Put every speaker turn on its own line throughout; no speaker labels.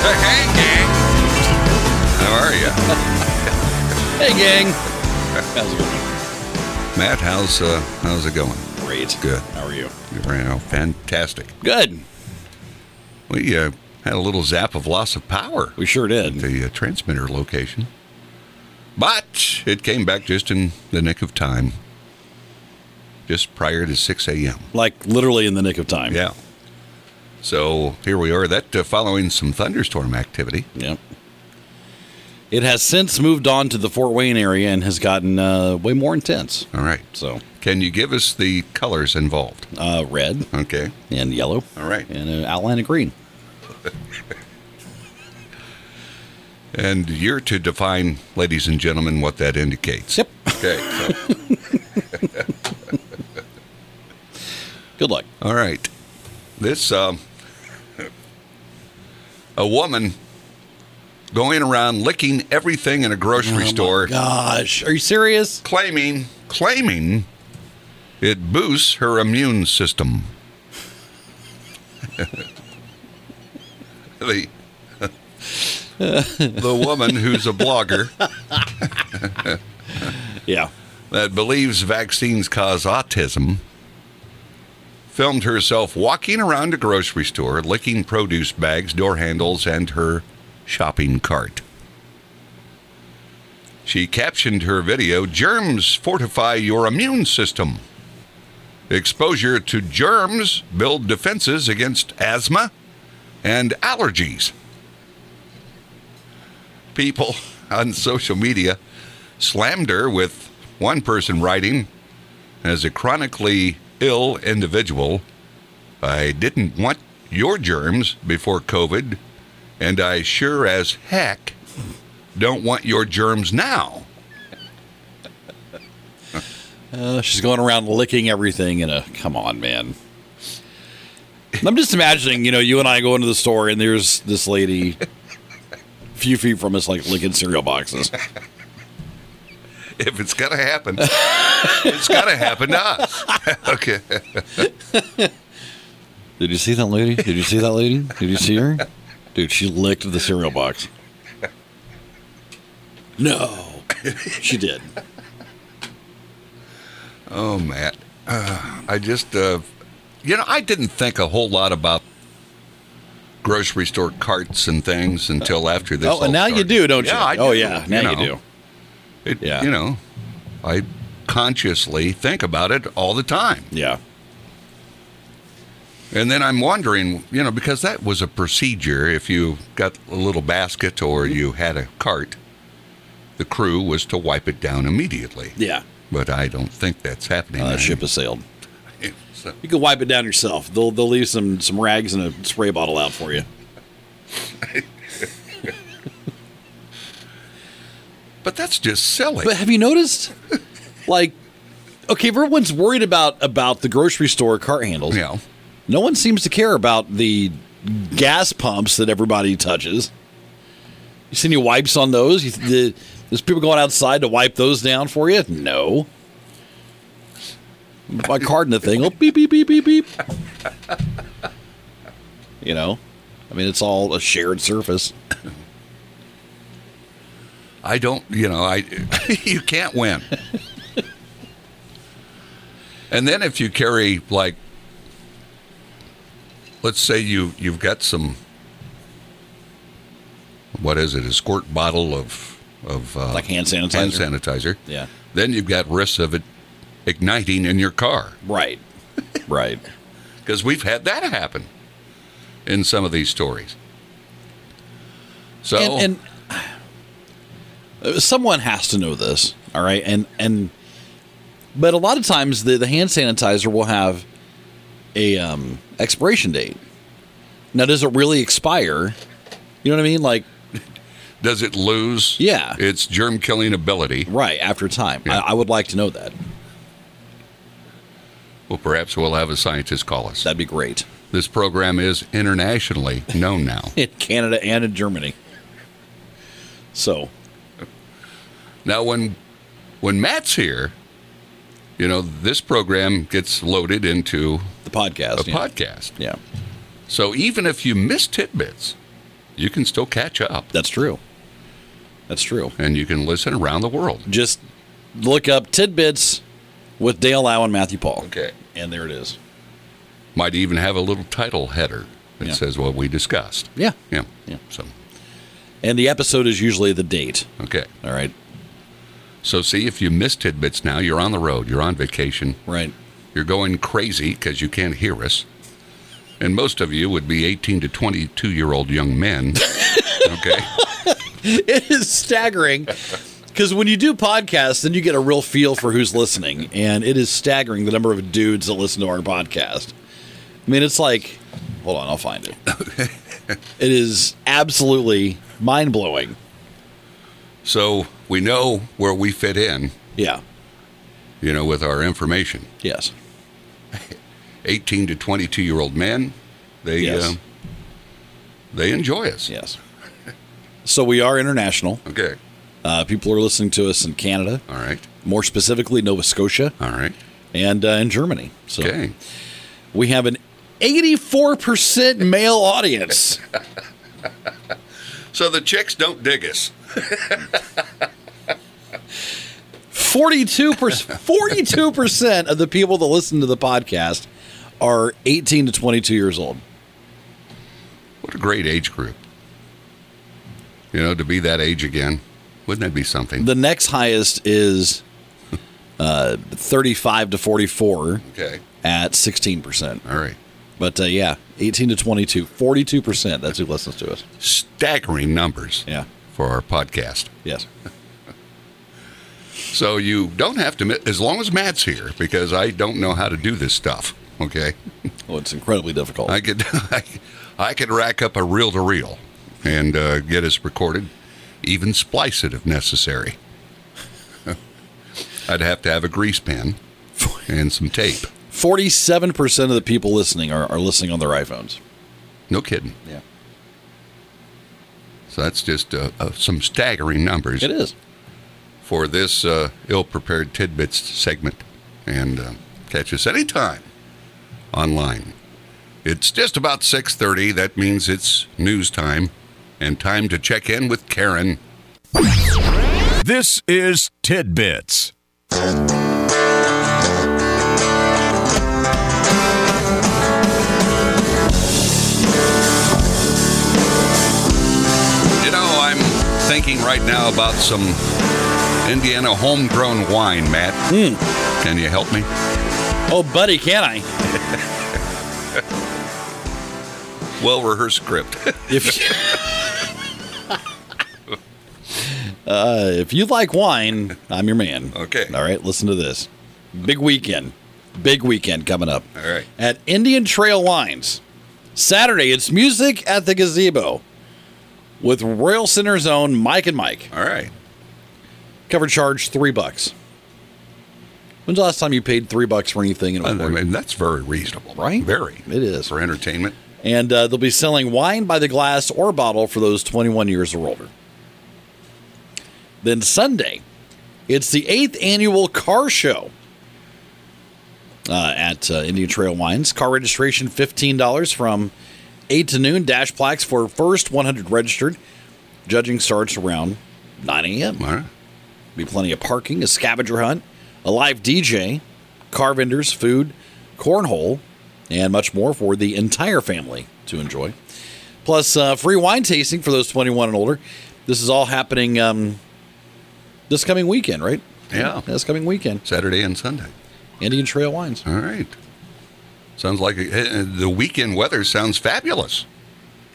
Hey, gang. How are you?
Hey, gang. How's it going?
Matt, how's, uh, how's it going?
Great.
Good.
How are you?
You ran out fantastic.
Good.
We uh, had a little zap of loss of power
We sure
at
did.
the uh, transmitter location, but it came back just in the nick of time, just prior to 6 a.m.
Like literally in the nick of time.
Yeah. So here we are. That uh, following some thunderstorm activity.
Yep. It has since moved on to the Fort Wayne area and has gotten uh, way more intense.
All right.
So,
Can you give us the colors involved?
uh, red
Okay.
and yellow
All right.
and an outline of green.
And you're to define, ladies and gentlemen, what that indicates.
Yep.
Okay. so-
Good luck.
all right. This um, a woman going around licking everything in a grocery store,
Gosh, are you serious?
claiming claiming it boosts her immune system. the the woman who's a blogger
Yeah.
that believes vaccines cause autism filmed herself walking around a grocery store licking produce bags, door handles, and her shopping cart. She captioned her video Germs fortify your immune system. Exposure to germs build defenses against asthma and allergies. People on social media slammed her with one person writing, as a chronically ill individual, I didn't want your germs before COVID, and I sure as heck don't want your germs now.
Uh, she's going around licking everything in a. Come on, man. I'm just imagining, you know, you and I go into the store and there's this lady a few feet from us, like licking cereal boxes.
If it's going to happen, it's going to happen to us. okay.
Did you see that lady? Did you see that lady? Did you see her? Dude, she licked the cereal box. No, she did.
Oh, Matt. Uh, I just, uh, you know, I didn't think a whole lot about grocery store carts and things until after this.
oh,
all
and now you
started.
do, don't you?
Yeah, I
Oh
do,
yeah, now you,
know.
do.
It,
Yeah.
You know, I consciously think about it all the time.
Yeah,
And then I'm wondering, you know, because that was a procedure. If you got a little basket or
Mm-hmm.
you had a cart, the crew was to wipe it down immediately.
yeah.
But I don't think that's happening.
Uh,
I-
ship has sailed.
so-
You can wipe it down yourself. They'll they'll leave some some rags and a spray bottle out for you.
but that's just silly.
But have you noticed, like, okay, everyone's worried about about the grocery store cart handles.
you know,
No one seems to care about the gas pumps that everybody touches. You see any wipes on those? You, the, there's people going outside to wipe those down for you? No. My card in the thing, oh, beep, beep, beep, beep, beep. You know, I mean, it's all a shared surface.
I don't, you know, I you can't win. and then if you carry like let's say you you've got some what is it, a squirt bottle of of uh,
Like hand sanitizer?
Hand sanitizer.
Yeah.
Then you've got risks of it igniting in your car
Right. Right.
because we've had that happen in some of these stories. So
and, and uh, someone has to know this all right and and but a lot of times the, the hand sanitizer will have a um expiration date now does it really expire you know what i mean like
does it lose
Yeah.
its germ killing ability?
right after time
Yeah.
I, I would like to know that
Well, perhaps we'll have a scientist call us.
that'd be great
This program is internationally known now.
in canada and in germany so
now, when when Matt's here, you know this program gets loaded into
the
a
podcast yeah.
podcast.
yeah
So even if you miss tidbits, you can still catch up
That's true. That's true.
and you can listen around the world.
Just look up tidbits with Dale Lau and Matthew Paul.
Okay.
And there it is.
Might even have a little title header that
Yeah.
says what we discussed.
Yeah.
Yeah.
Yeah.
So,
And the episode is usually the date.
okay.
All right.
So, see if you miss tidbits now, you're on the road, you're on vacation,
Right.
you're going crazy because you can't hear us. And most of you would be 18 to 22 year old young men. Okay.
it is staggering because when you do podcasts then you get a real feel for who's listening and it is staggering the number of dudes that listen to our podcast i mean it's like hold on i'll find it it is absolutely mind-blowing
so, we know where we fit in,
yeah
you know, with our information.
yes
18 to 22 year old men, they,
Yes.
uh, they enjoy us.
yes so we are international
Okay.
uh, people are listening to us in canada
All right.
more specifically nova scotia
All right.
and uh, in germany so
Okay.
we have an 84% male audience
So the chicks don't dig us.
42 percent of the people that listen to the podcast are 18 to 22 years old.
What a great age group. You know, to be that age again, wouldn't that be something?
The next highest is uh, 35 to 44
Okay.
at 16 percent.
All right.
But uh, yeah, 18 to 22, 42 percent. That's who listens to us.
Staggering numbers
Yeah.
for our podcast.
Yes.
So you don't have to, mi- as long as Matt's here, because I don't know how to do this stuff. Okay.
Oh, it's incredibly difficult.
I could, I, I could rack up a reel to reel and uh, get us recorded, even splice it if necessary. I'd have to have a grease pen and some tape.
47 percent of the people listening are, are listening on their iPhones.
No kidding.
Yeah.
So that's just uh, uh, some staggering numbers
It is.
for this uh, ill-prepared tidbits segment. And uh, catch us anytime online. It's just about 6:30. That means it's news time and time to check in with Karen.
This is Tidbits.
You know, I'm thinking right now about some Indiana homegrown wine, Matt.
Hmm.
Can you help me?
Oh, buddy, can I?
Well, rehearse script.
If uh, if you like wine, I'm your man.
Okay.
All right, listen to this. Big weekend. Big weekend coming up.
All right.
At Indian Trail Wines. Saturday, it's music at the gazebo with Royal Center's own Mike and Mike.
All right.
Cover charge three bucks. When's the last time you paid three bucks for anything? And it
I
was worth it?
mean, that's very reasonable,
Right?
Very.
Oh, It is.
for entertainment.
And uh, they'll be selling wine by the glass or bottle for those 21 years or older. Then Sunday, it's the eighth annual car show uh, at uh, Indian Trail Wines. Car registration $15 from 8 to noon. Dash plaques for first 100 registered. Judging starts around 9 a.m.
All right.
Be plenty of parking, a scavenger hunt, a live DJ, car vendors, food, cornhole, and much more for the entire family to enjoy. Plus, uh, free wine tasting for those 21 and older. This is all happening um, this coming weekend, right?
Yeah.
This coming weekend.
Saturday and Sunday.
Indian Trail Wines.
All right. Sounds like eh, eh, the weekend weather sounds fabulous.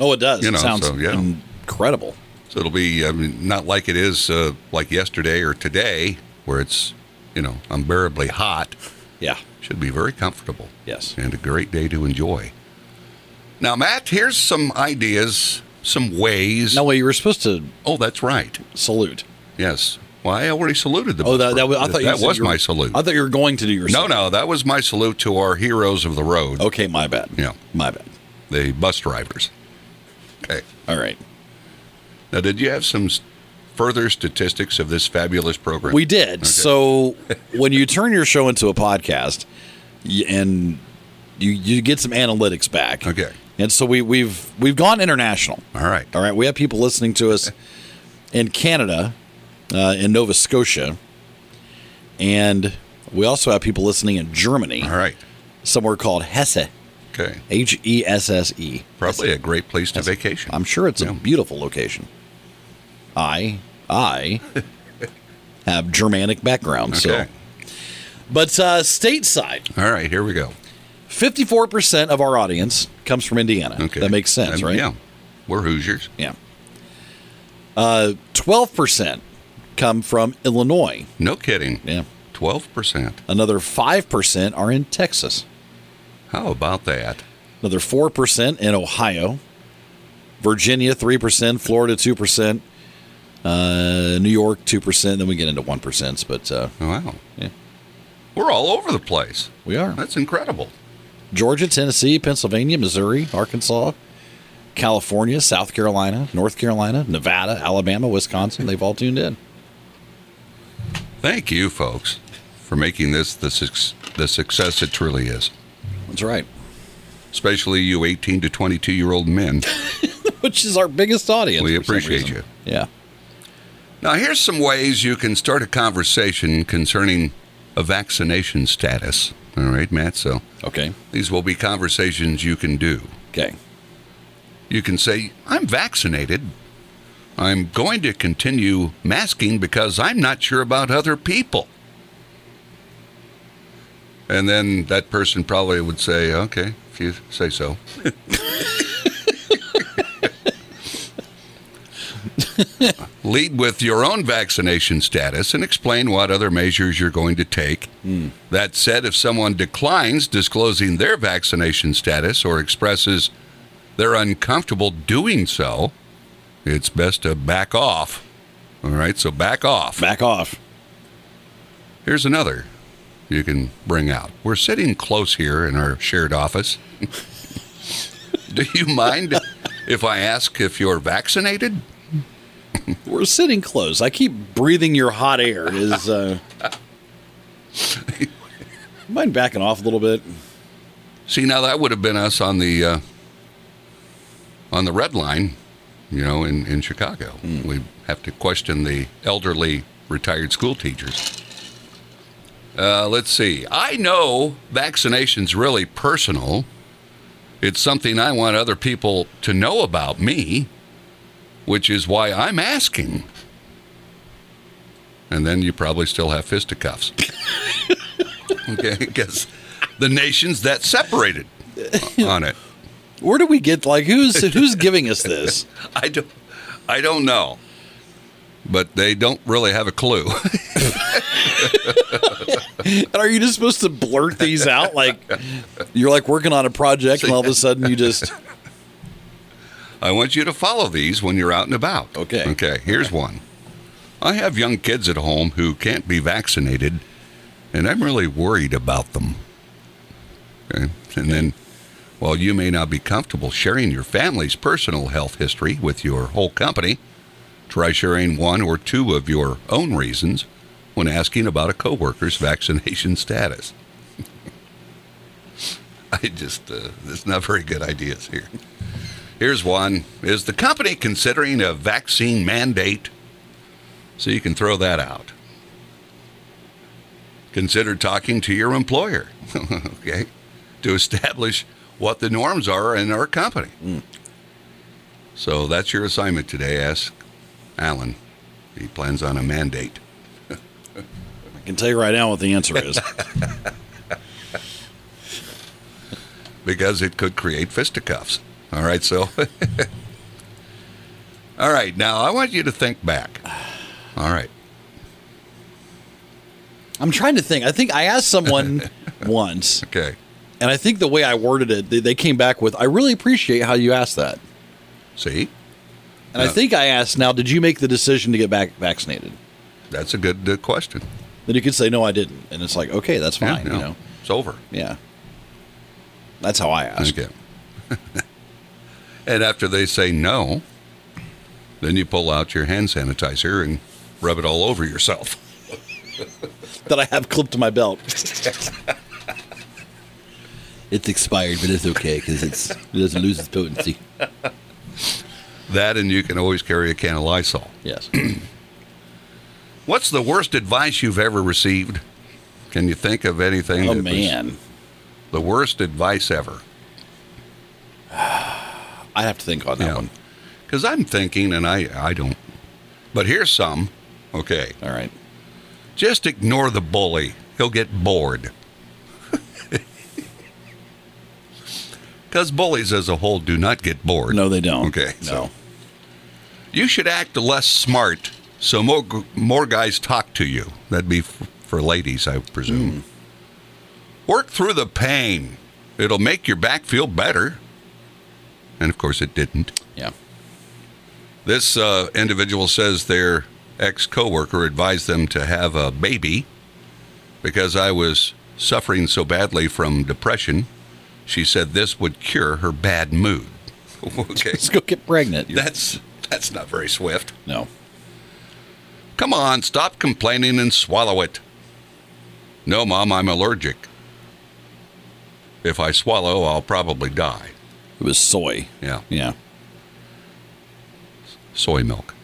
Oh, it does.
You know,
it sounds
so, yeah.
incredible.
So it'll be I mean, not like it is uh, like yesterday or today, where it's you know unbearably hot.
Yeah.
Should be very comfortable.
Yes.
and a great day to enjoy. Now, Matt, here's some ideas, some ways.
No, well, you were supposed to
Oh, that's right.
salute.
Yes. Well, I already saluted the.
Oh, that, that was, I thought you
that
said
was
you were-
my salute.
I thought you were going to do your
No,
salute.
no, that was my salute to our heroes of the road,
Okay, my bad.
Yeah.
My bad.
the bus drivers. Okay.
All right.
Now, did you have some s- further statistics of this fabulous program?
We did. So when you turn your show into a podcast y- and you you get some analytics back,
Okay.
And so we, we've we've gone international.
All right.
All right. We have people listening to us in Canada, uh, in Nova Scotia, and we also have people listening in Germany,
All right.
somewhere called Hesse,
Okay.
H E S S E.
Probably a great place to vacation.
I'm sure it's
Yeah.
a beautiful location. I I have Germanic background,
Okay.
so but uh, stateside,
All right. Here we go.
fifty four percent of our audience comes from Indiana.
Okay.
That makes sense,
And,
right?
Yeah. We're Hoosiers.
Yeah. Uh, Twelve percent come from Illinois.
No kidding.
Yeah.
12%.
Another five percent are in Texas.
How about that?
Another four percent in Ohio. Virginia three percent. Florida two percent. Uh, New York two percent. Then we get into one percent, but uh,
Wow.
Yeah.
We're all over the place.
we are.
That's incredible.
Georgia, Tennessee, Pennsylvania, Missouri, Arkansas, California, South Carolina, North Carolina, Nevada, Alabama, Wisconsin. They've all tuned in.
Thank you, folks, for making this the, suc the success it truly is.
That's right.
Especially you 18 to 22 year old men.
Which is our biggest audience.
We
for some
appreciate
reason.
you.
Yeah.
Now, here's some ways you can start a conversation concerning a vaccination status. All right, Matt. So
Okay.
these will be conversations you can do.
Okay.
You can say, I'm vaccinated. I'm going to continue masking because I'm not sure about other people. And then that person probably would say, Okay, if you say so. Lead with your own vaccination status and explain what other measures you're going to take. That said, if someone declines disclosing their vaccination status or expresses they're uncomfortable doing so, it's best to back off. All right, so back off.
Back off.
Here's another you can bring out. We're sitting close here in our shared office. Do you mind if I ask if you're vaccinated?
We're sitting close. I keep breathing your hot air. Is uh, mind backing off a little bit?
See, now that would have been us on the uh, on the red line, you know, in in Chicago. We have to question the elderly retired school teachers. Uh, let's see. I know vaccination's really personal. It's something I want other people to know about me, which is why I'm asking. And then you probably still have fisticuffs. okay, because the nations that separated on it.
Where do we get like who's who's giving us this?
I don't, I don't know, but they don't really have a clue.
And are you just supposed to blurt these out? Like you're like working on a project, and all of a sudden you just
I want you to follow these when you're out and about.
Okay.
Okay. Here's one. I have young kids at home who can't be vaccinated, and I'm really worried about them. Okay. And then, while you may not be comfortable sharing your family's personal health history with your whole company, try sharing one or two of your own reasons when asking about a coworker's vaccination status. I just, uh, there's not very good ideas here. Here's one. Is the company considering a vaccine mandate? So you can throw that out. Consider talking to your employer, okay, to establish what the norms are in our company. So that's your assignment today. Ask Alan. He plans on a mandate.
I can tell you right now what the answer is.
because it could create fisticuffs. All right, so. All right, now I want you to think back. All right.
I'm trying to think. I think I asked someone once,
Okay.
and I think the way I worded it, they, they came back with, "I really appreciate how you asked that."
See,
And I
Yeah.
think I asked, "Now, did you make the decision to get back vaccinated?"
that's a good uh, question.
Then you could say, "No, I didn't," and it's like, "Okay, that's
Yeah,
fine."
no,
You know,
It's over.
yeah. That's how I ask.
Okay. and after they say no, then you pull out your hand sanitizer and rub it all over yourself.
That I have clipped to my belt. It's expired, but it's okay because it's it doesn't lose its potency.
That and you can always carry a can of Lysol.
Yes.
What's the worst advice you've ever received? Can you think of anything?
oh
that was
man,
the worst advice ever.
I'd have to think on that one.
Because I'm thinking, and I, I don't. But here's some. Okay.
All right.
Just ignore the bully. He'll get bored. Because bullies as a whole do not get bored.
No, they don't.
Okay,
No.
so- You should act less smart so more, more guys talk to you. That'd be f- for ladies, I presume. Work through the pain, it'll make your back feel better. And of course, it didn't.
Yeah.
This uh, individual says their ex coworker advised them to have a baby because I was suffering so badly from depression. She said this would cure her bad mood. okay,
Let's go get pregnant.
that's that's not very swift.
no.
Come on, stop complaining and swallow it. No, mom, I'm allergic. If I swallow, I'll probably die.
It was soy.
Yeah,
Yeah.
soy milk.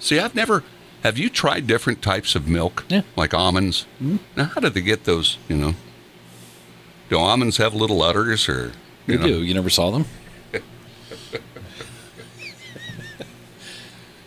See, I've never. Have you tried different types of milk?
Yeah. Mm-hmm.
Like almonds? Now, how did they get those, you know? Do almonds have little udders or.
You
know?
do. You never saw them?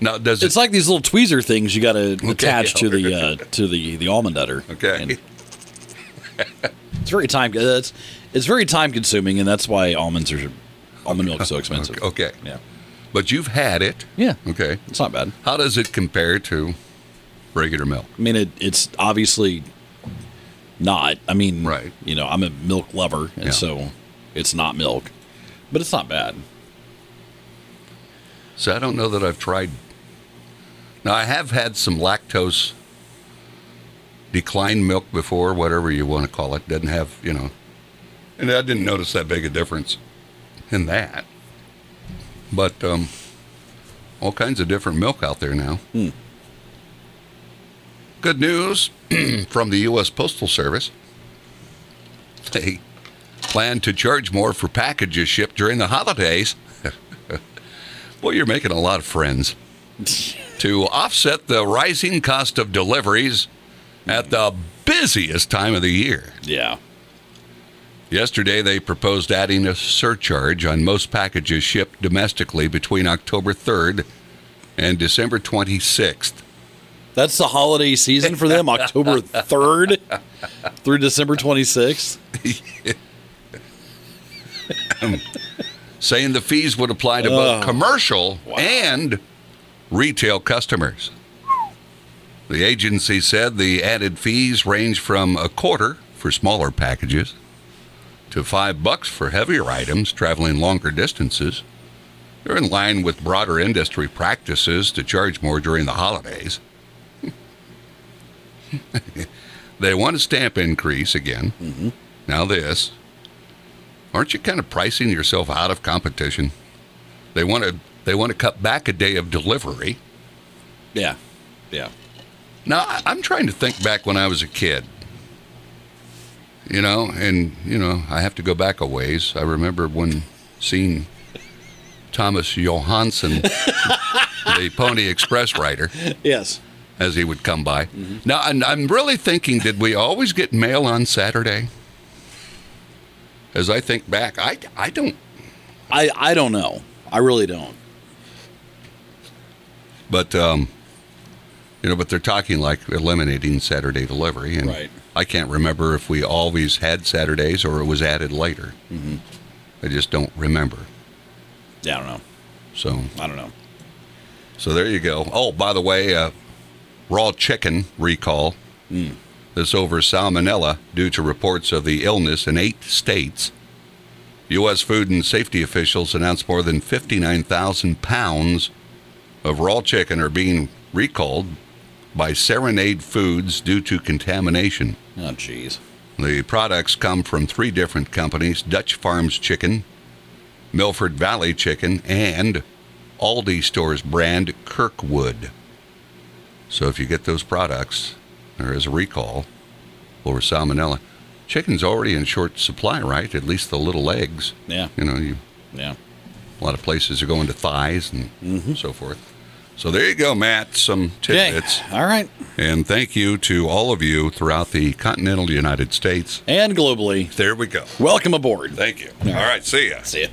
Now, does
It's
it.
like these little tweezer things you got to attach to the
yeah.
uh, to the the almond udder.
okay.
And it's very time. uh, It's it's very time consuming, and that's why almonds are almond milk so expensive.
Okay.
Yeah.
But you've had it.
Yeah.
Okay.
It's not bad.
How does it compare to regular milk?
I mean, it, it's obviously not. I mean,
Right.
You know, I'm a milk lover, and
Yeah.
so it's not milk, but it's not bad.
So I don't know that I've tried. Now I have had some lactose declined milk before, whatever you want to call it. Doesn't have you know, and I didn't notice that big a difference in that. But um, all kinds of different milk out there now. Good news from the U.S. Postal Service. They plan to charge more for packages shipped during the holidays. Well, you're making a lot of friends. to offset the rising cost of deliveries at the busiest time of the year.
Yeah.
Yesterday, they proposed adding a surcharge on most packages shipped domestically between October 3rd and December 26th.
That's the holiday season for them, October 3rd through December 26th.
saying the fees would apply to both commercial and retail customers. The agency said the added fees range from a quarter for smaller packages to five bucks for heavier items traveling longer distances. They're in line with broader industry practices to charge more during the holidays. they want a stamp increase again. Now, this aren't you kind of pricing yourself out of competition? They want to they want to cut back a day of delivery.
Yeah. Yeah.
Now I- I'm trying to think back when I was a kid. You know, and you know, I have to go back a ways. I remember when seeing Thomas Johansson, the Pony Express rider,
Yes.
as he would come by. Now, I'm, I'm really thinking, did we always get mail on Saturday? As I think back, I, I don't
I, I don't know. I really don't.
But um, you know, but they're talking like eliminating Saturday delivery, and
Right.
I can't remember if we always had Saturdays or it was added later. Mm-hmm. I just don't remember.
Yeah, I don't know.
So,
I don't know.
so there you go. Oh, by the way, uh, raw chicken recall. This over salmonella due to reports of the illness in eight states. U.S. food and safety officials announced more than 59,000 pounds of raw chicken are being recalled by Serenade Foods due to contamination.
Oh, jeez.
The products come from three different companies Dutch Farms Chicken, Milford Valley Chicken, and Aldi Stores brand Kirkwood. So if you get those products, there is a recall over salmonella. Chicken's already in short supply, right? At least the little legs.
Yeah.
You know, you,
Yeah.
a lot of places are going to thighs and so forth. So there you go, Matt. Some
Okay.
tidbits.
All right.
And thank you to all of you throughout the continental United States.
And globally,
There we go.
welcome aboard.
Thank you. All right. See ya.
See ya.